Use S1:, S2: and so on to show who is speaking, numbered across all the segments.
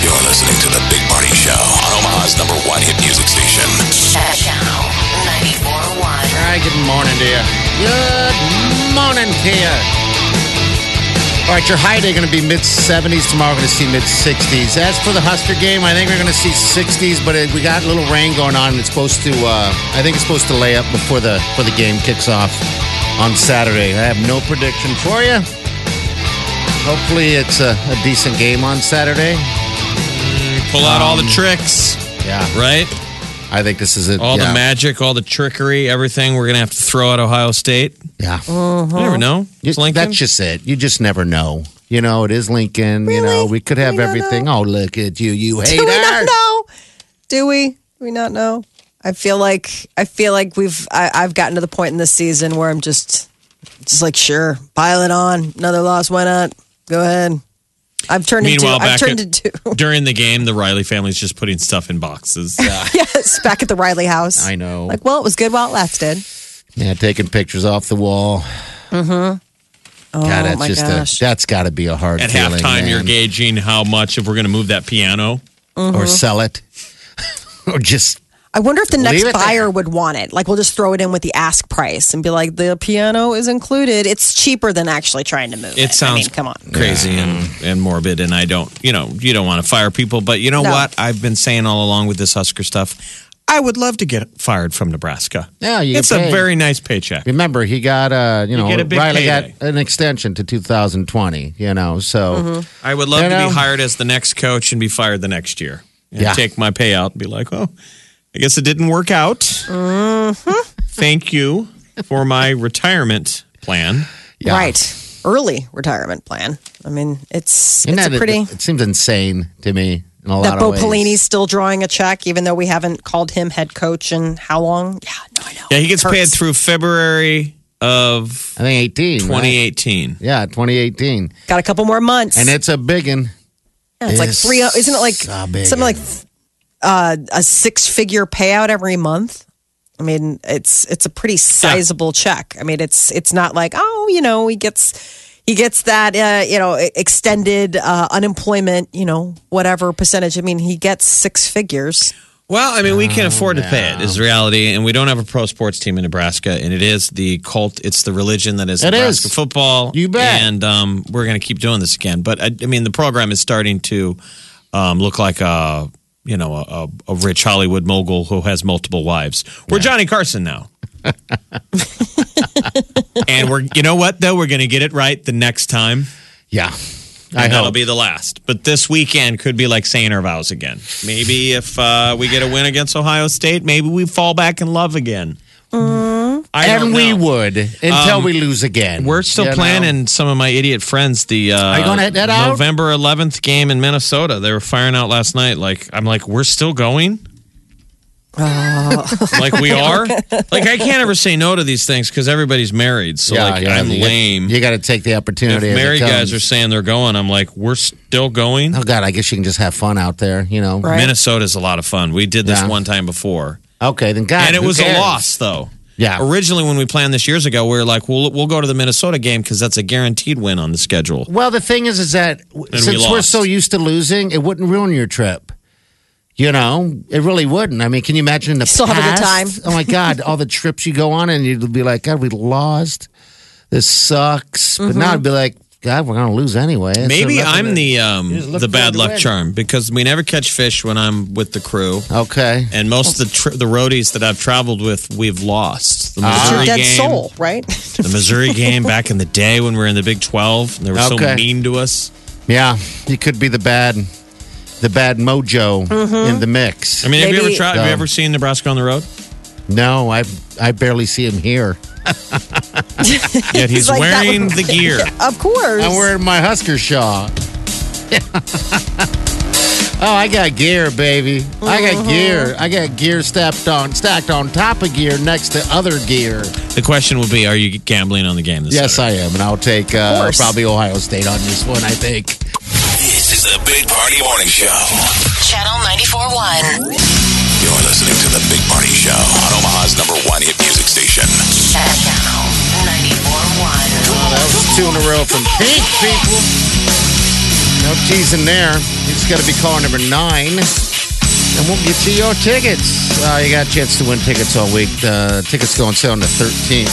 S1: You're listening to The Big Party Show on Omaha's number one hit music station.
S2: Channel 94.1.
S3: All right, good morning to you. Good morning to you. All right, your high day going to be mid 70s. Tomorrow, we're going to see mid 60s. As for the Husker game, I think we're going to see 60s, but it, we got a little rain going on. and It's supposed to, uh, I think it's supposed to lay up before the before the game kicks off on Saturday. I have no prediction for you. Hopefully, it's a, a decent game on Saturday.
S4: Pull out all
S3: Um,
S4: the tricks,
S3: Yeah,
S4: right?
S3: I think this is it.
S4: All
S3: yeah.
S4: the magic, all the trickery, everything we're going to have to throw at Ohio State.
S3: Yeah.
S4: You never know.
S3: Uh-huh. You-
S4: It's Lincoln.
S3: That's just it. You just never know. You know, it is Lincoln. You know, we could have everything. Oh, look at you, you
S5: Do we not
S3: hater.
S5: know? Do we? Do we not know? I feel like I feel like we've I, I've gotten to the point in this season where I'm just just like sure, pile it on. Another loss, why not? Go ahead. I've turned
S4: Meanwhile,
S5: into I've
S4: back
S5: turned
S4: at-
S5: into
S4: During the game, the Riley family's just putting stuff in boxes.
S5: yes back at the Riley house.
S3: I know.
S5: Like, well, it was good while it lasted.
S3: yeah, taking pictures off the wall.
S5: Oh
S3: God, that's
S5: my
S3: just
S5: gosh!
S3: a that's got to be a hard
S4: At
S3: feeling,
S4: halftime, you're
S3: man.
S4: gauging how much if we're going to move that piano.
S3: or
S5: Uh-huh.
S3: sell it, or just
S5: I wonder if the
S3: Leave
S5: next
S3: it there.
S5: buyer would want it. Like, we'll just throw it in with the ask price and be like, the piano is included. It's cheaper than actually trying to move it.
S4: It sounds
S5: I mean, come on.
S4: crazy and, and morbid, and I don't, you know, you don't want to fire people, but you know
S5: No.
S4: what? I've been saying all along with this Husker stuff, I would love to get fired from Nebraska.
S3: Yeah, you
S4: it's
S3: pay.
S4: a very nice paycheck.
S3: remember he got uh you know
S4: get a big
S3: Riley
S4: payday.
S3: got an extension to 2020. You know, so
S5: Mm-hmm.
S4: I would love
S3: You
S4: to
S3: know?
S4: be hired as the next coach and be fired the next year. And
S3: Yeah.
S4: take my payout and be like, oh, I guess it didn't work out.
S3: Mm-hmm.
S4: Thank you for my retirement plan.
S3: yeah.
S5: Right. Early retirement plan. I mean, it's
S3: Isn't
S5: it's
S3: that-
S5: a pretty
S3: It, it seems insane to me in a
S5: that
S3: lot
S5: Bo
S3: of ways.
S5: Pelini's still drawing a check, even though we haven't called him head coach in how long? Yeah, no, I know.
S4: Yeah, he gets
S5: Hurts.
S4: paid through February of
S3: I think 18, right?
S4: 2018.
S3: Yeah, 2018.
S5: Got a couple more months,
S3: And it's a big one.
S5: Yeah, it's like
S3: is
S5: three. Isn't it like
S3: a big
S5: something like uh, a six-figure payout every month? I mean, it's it's a pretty sizable check. I mean, it's it's not like oh, you know, he gets he gets that uh, you know e- extended uh, unemployment, you know, whatever percentage. I mean, he gets six figures.
S4: Well, I mean, we can afford to pay it. Is
S3: Oh,
S4: the reality, and we don't have a pro sports team in Nebraska, and it is the cult. It's the religion that is
S3: It
S4: Nebraska
S3: is.
S4: football.
S3: You bet.
S4: And um, we're going to keep doing this again. But I, I mean, the program is starting to um, look like a you know a, a, a rich Hollywood mogul who has multiple wives. We're Johnny Carson now. and we're you know what though we're going to get it right the next time.
S3: Yeah. I
S4: And that'll
S3: hope.
S4: be the last. But this weekend could be like saying our vows again. Maybe if uh, we get a win against Ohio State, maybe we fall back in love again. I don't
S3: and we
S4: know. Um,
S3: would until we lose again.
S4: We're still
S3: You know?
S4: planning some of my idiot friends the uh,
S3: you gonna hit that out?
S4: November 11th game in Minnesota. They were firing out last night. Like I'm like, we're still going. like we are. Like I can't ever say no to these things because everybody's married. So like I'm
S3: you-
S4: lame.
S3: You got to take the
S4: if
S3: opportunity. as it
S4: married guys
S3: comes.
S4: are saying they're going, I'm like, we're still going.
S3: Oh God! I guess you can just have fun out there, you know.
S5: Right.
S4: Minnesota's a lot of fun. We did this
S3: Yeah.
S4: one time before,
S3: Okay, then
S5: Ah,
S3: God,
S4: and it
S3: who
S4: was
S3: cares?
S4: a loss though.
S3: Yeah.
S4: Originally, when we planned this years ago, we were like, "We'll we'll go to the Minnesota game because that's a guaranteed win on the schedule."
S3: Well, the thing is, is that w-
S4: And we
S3: since we're
S4: lost.
S3: so used to losing, it wouldn't ruin your trip. You know, it really wouldn't. I mean, can you imagine in the
S5: Still have a good
S3: past? Oh my God! All the
S5: Mm-hmm.
S3: trips you go on, and you'd be like, God, we lost. This sucks. But now I'd be like, God, we're going to lose anyway. It's
S4: Maybe
S3: nothing
S4: I'm
S3: to-
S4: the um,
S3: just look
S4: the bad
S3: forward to
S4: luck
S3: winning.
S4: charm because we never catch fish when I'm with the crew,
S3: Okay.
S4: and most of the tr- the roadies that I've traveled with, we've lost. The
S5: It's your
S4: Missouri
S5: Ah. dead
S4: game,
S5: soul, right?
S4: the Missouri game back in the day when we were in the Big Twelve, and they were
S3: Okay.
S4: so mean to us.
S3: Yeah, you could be the bad, the bad mojo in the mix.
S4: I mean, have you ever
S5: Maybe-
S4: tried? Have you
S3: No.
S4: ever seen Nebraska on the road?
S3: no, I I barely see him here.
S4: Yet he's,
S5: He's like, that
S4: wearing
S5: would-
S4: the gear.
S5: of course.
S3: I'm wearing my Husker Shaw. oh, I got gear, baby. I got gear. I got gear stacked on, stacked on top of gear next to other gear.
S4: The question will be: Are you gambling on the game? This
S3: Yes, I am, and I'll take uh,
S5: course.
S3: probably Ohio State on this one. I think.
S1: This is the Big Party Morning Show.
S2: Channel 941.
S1: You're listening to the Big Party Show on Omaha's number one hit music station.
S2: Channel 941.
S3: That was two in a row from Pink people. No teasing there. You just got to be caller number nine, and we'll get you your tickets. Uh, you got a chance to win tickets all week. The tickets go on sale on the 13th.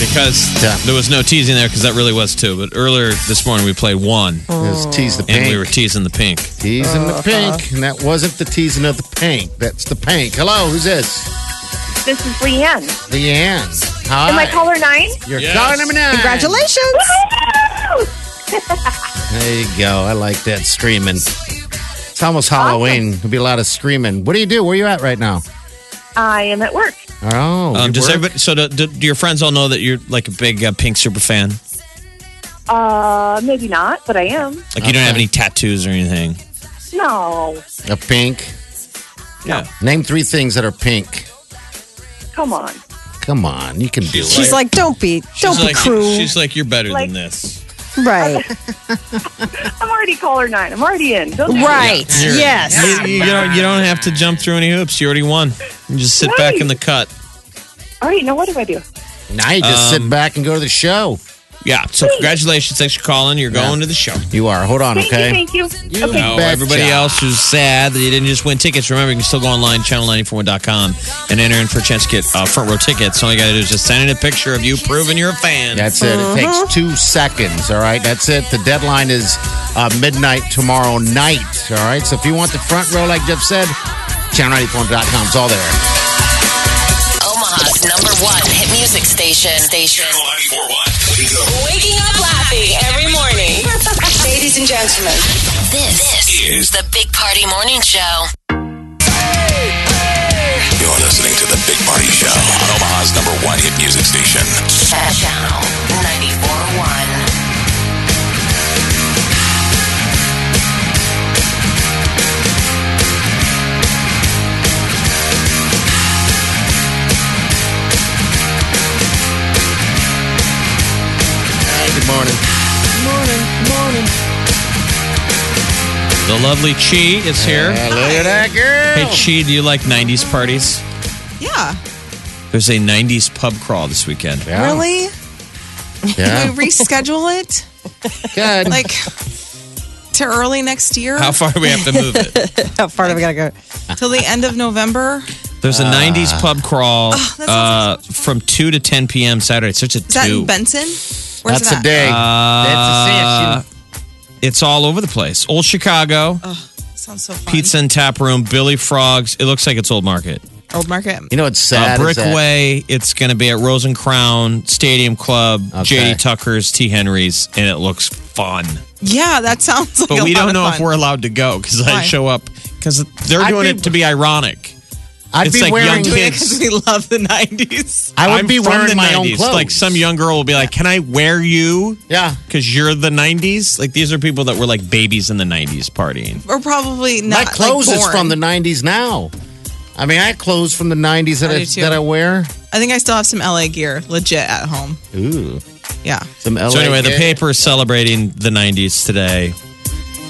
S4: because
S3: Yeah.
S4: there was no teasing there because that really was two. But earlier this morning we played one,
S3: Just tease the pink.
S4: and we were teasing the pink.
S3: teasing the pink, and that wasn't the teasing of the pink. That's the pink. Hello, who's this?
S6: This is Leanne.
S3: Leanne. Hi.
S6: Am I caller nine?
S3: You're
S4: Yes.
S3: caller number nine.
S5: Congratulations.
S3: There you go. I like that screaming. It's almost Halloween. There'll be a lot of screaming. What do you do? Where are you at right now?
S6: I am at work.
S3: Oh,
S4: Um,
S3: you
S4: does
S3: work?
S4: everybody? So do, do, do your friends all know that you're like a big uh, Pink super fan?
S6: Uh, maybe not, but I am.
S4: Like you don't
S3: Okay.
S4: have any tattoos or anything?
S6: No,
S3: A pink.
S4: Yeah.
S3: Name three things that are pink.
S6: come on.
S3: Come on, you can do it.
S5: She's like, don't be, don't be
S4: like,
S5: cruel.
S4: She's like, you're better
S6: Like-
S4: than this.
S5: right.
S6: I'm already caller nine. I'm already in. Don't do
S5: Right.
S4: You're-
S5: Yes.
S4: You, you don't, you don't have to jump through any hoops. You already won. You just sit back in the cut.
S6: that. All right, now what do I do?
S3: Now you just
S5: um,
S3: sit back and go to the show.
S4: Yeah. So congratulations. Thanks for calling. You're
S3: Yeah.
S4: going to the show.
S3: You are. Hold on,
S6: Thank
S3: okay?
S6: you, thank you. okay.
S4: Now,
S3: betcha.
S4: everybody else who's sad that you didn't just win tickets, remember you can still go online, channel941.com, and enter in for a chance to get uh, front row tickets. All you got to do is just send in a picture of you proving you're a fan.
S3: That's it.
S7: Uh-huh.
S3: It takes two seconds. All right. That's it. The deadline is uh, midnight tomorrow night. All right. So if you want the front row, like Jeff said, channel94.com. It's all there.
S2: Omaha's number one hit music station. Station.
S1: Channel 941. Wake up.
S8: Waking up laughing every morning. Ladies and gentlemen,
S2: This,
S1: Is-
S2: is the Big Party Morning Show.
S1: You're listening to the Big Party Show on Omaha's number one hit music station.
S2: Channel 941.
S3: Hey, good morning.
S4: The lovely Chi is here.
S3: Yeah, look at that girl.
S4: Hey, Chi, do you like 90s parties?
S5: Yeah.
S4: There's a 90s pub crawl this weekend.
S3: Yeah.
S7: Really? Can
S3: Yeah.
S7: we reschedule it
S3: Good.
S7: like to early next year?
S4: How far do we have to move it?
S5: How far do we gotta go?
S7: Till the end of November?
S4: There's a 90s pub crawl
S7: that sounds
S4: uh, from 2 to 10 p.m. Saturday. It starts at
S7: Oh, Is that
S4: 2.
S7: in Benson? Where's
S3: That's
S7: that?
S3: a day.
S4: Uh,
S3: That's a session.
S4: it's all over the place. Old Chicago,
S7: Uh-huh. Sounds so fun.
S4: Pizza and Tap Room, Billy Frogs. It looks like it's Old Market.
S7: Old Market.
S3: You know what's
S4: Uh,
S3: sad? is that-
S4: Brickway, it's going to be at Rose and Crown, Stadium Club,
S3: Okay.
S4: JD Tucker's, T. Henry's, and it looks fun.
S7: Yeah, that sounds like
S4: But
S7: a
S4: we
S7: lot
S4: don't
S7: of
S4: know
S7: fun.
S4: if we're allowed to go because I
S7: Why?
S4: show up because they're
S3: I'd
S4: doing
S3: be-
S4: it to be ironic.
S3: I'd
S4: it's
S3: be
S4: like young
S3: wearing.
S4: kids.
S7: doing it because we love the 90s.
S3: I would
S4: I'm
S3: be
S4: from the
S3: wearing my
S4: 90s.
S3: own clothes.
S4: Like some young girl will be like, "Can I wear you?"
S3: Yeah.
S4: Because you're the '90s. Like these are people that were like babies in the '90s partying.
S7: Or probably
S3: My
S7: not.
S3: clothes
S7: like,
S3: is
S7: born.
S3: from the '90s now. I mean, I had clothes from the '90s that
S7: I
S3: I,
S7: do too.
S3: that I wear.
S7: I think I still have some LA gear legit at home.
S3: Ooh,
S7: Yeah.
S3: some LA.
S4: So anyway, the
S3: kid.
S4: paper is celebrating the '90s today.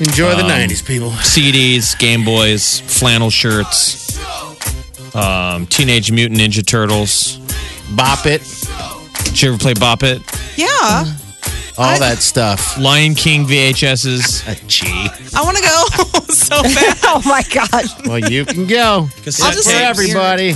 S3: Enjoy
S4: um,
S3: the '90s, people.
S4: CDs, Game Boys, flannel shirts, um, Teenage Mutant Ninja Turtles.
S3: Bop it,
S4: Did you ever play Bop It?
S7: Yeah.
S3: all that stuff.
S4: Lion King VHSs.
S3: Gee,
S7: I want to go so bad.
S5: Oh my god.
S3: well, you can go.
S4: Cassette
S7: I'll just
S3: For
S4: tapes.
S3: everybody.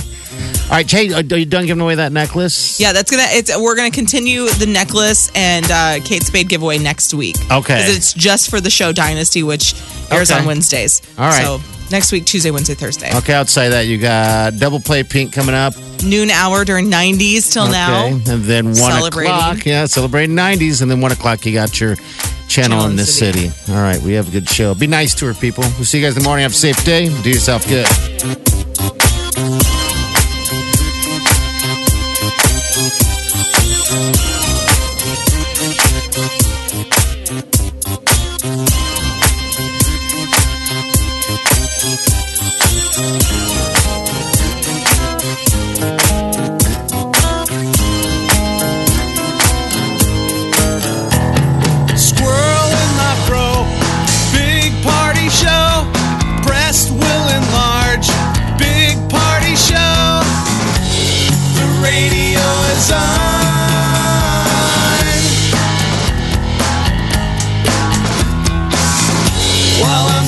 S3: All right, Jay, uh, are you done giving away that necklace?
S7: Yeah, that's gonna. It's we're gonna continue the necklace and uh, Kate Spade giveaway next week.
S3: Okay.
S7: 'Cause it's just for the show Dynasty, which airs
S3: Okay.
S7: on Wednesdays.
S3: All right.
S7: So next week, Tuesday, Wednesday, Thursday,
S3: Okay, outside that, you got double play pink coming up.
S7: noon hour during '90s till
S3: Okay,
S7: now.
S3: and then one
S7: Celebrating.
S3: o'clock. Yeah, celebrating nineties, and then one o'clock you got your channel, in this city. All right, we have a good show. Be nice to her, people. We'll see you guys in the morning. Have a safe day. Do yourself good.
S9: Squirrel in my fro. Big party show. Breast will enlarge. Big party show. The radio is on. While I'm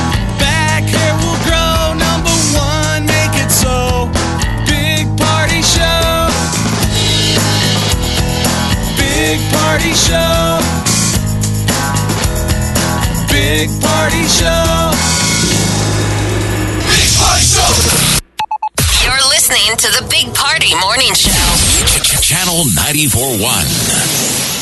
S9: Back hair will grow. Number one, make it so. Big party show. Big party show. Big party show.
S1: Big Party Show.
S2: You're listening to the Big Party Morning Show.
S1: Channel 941.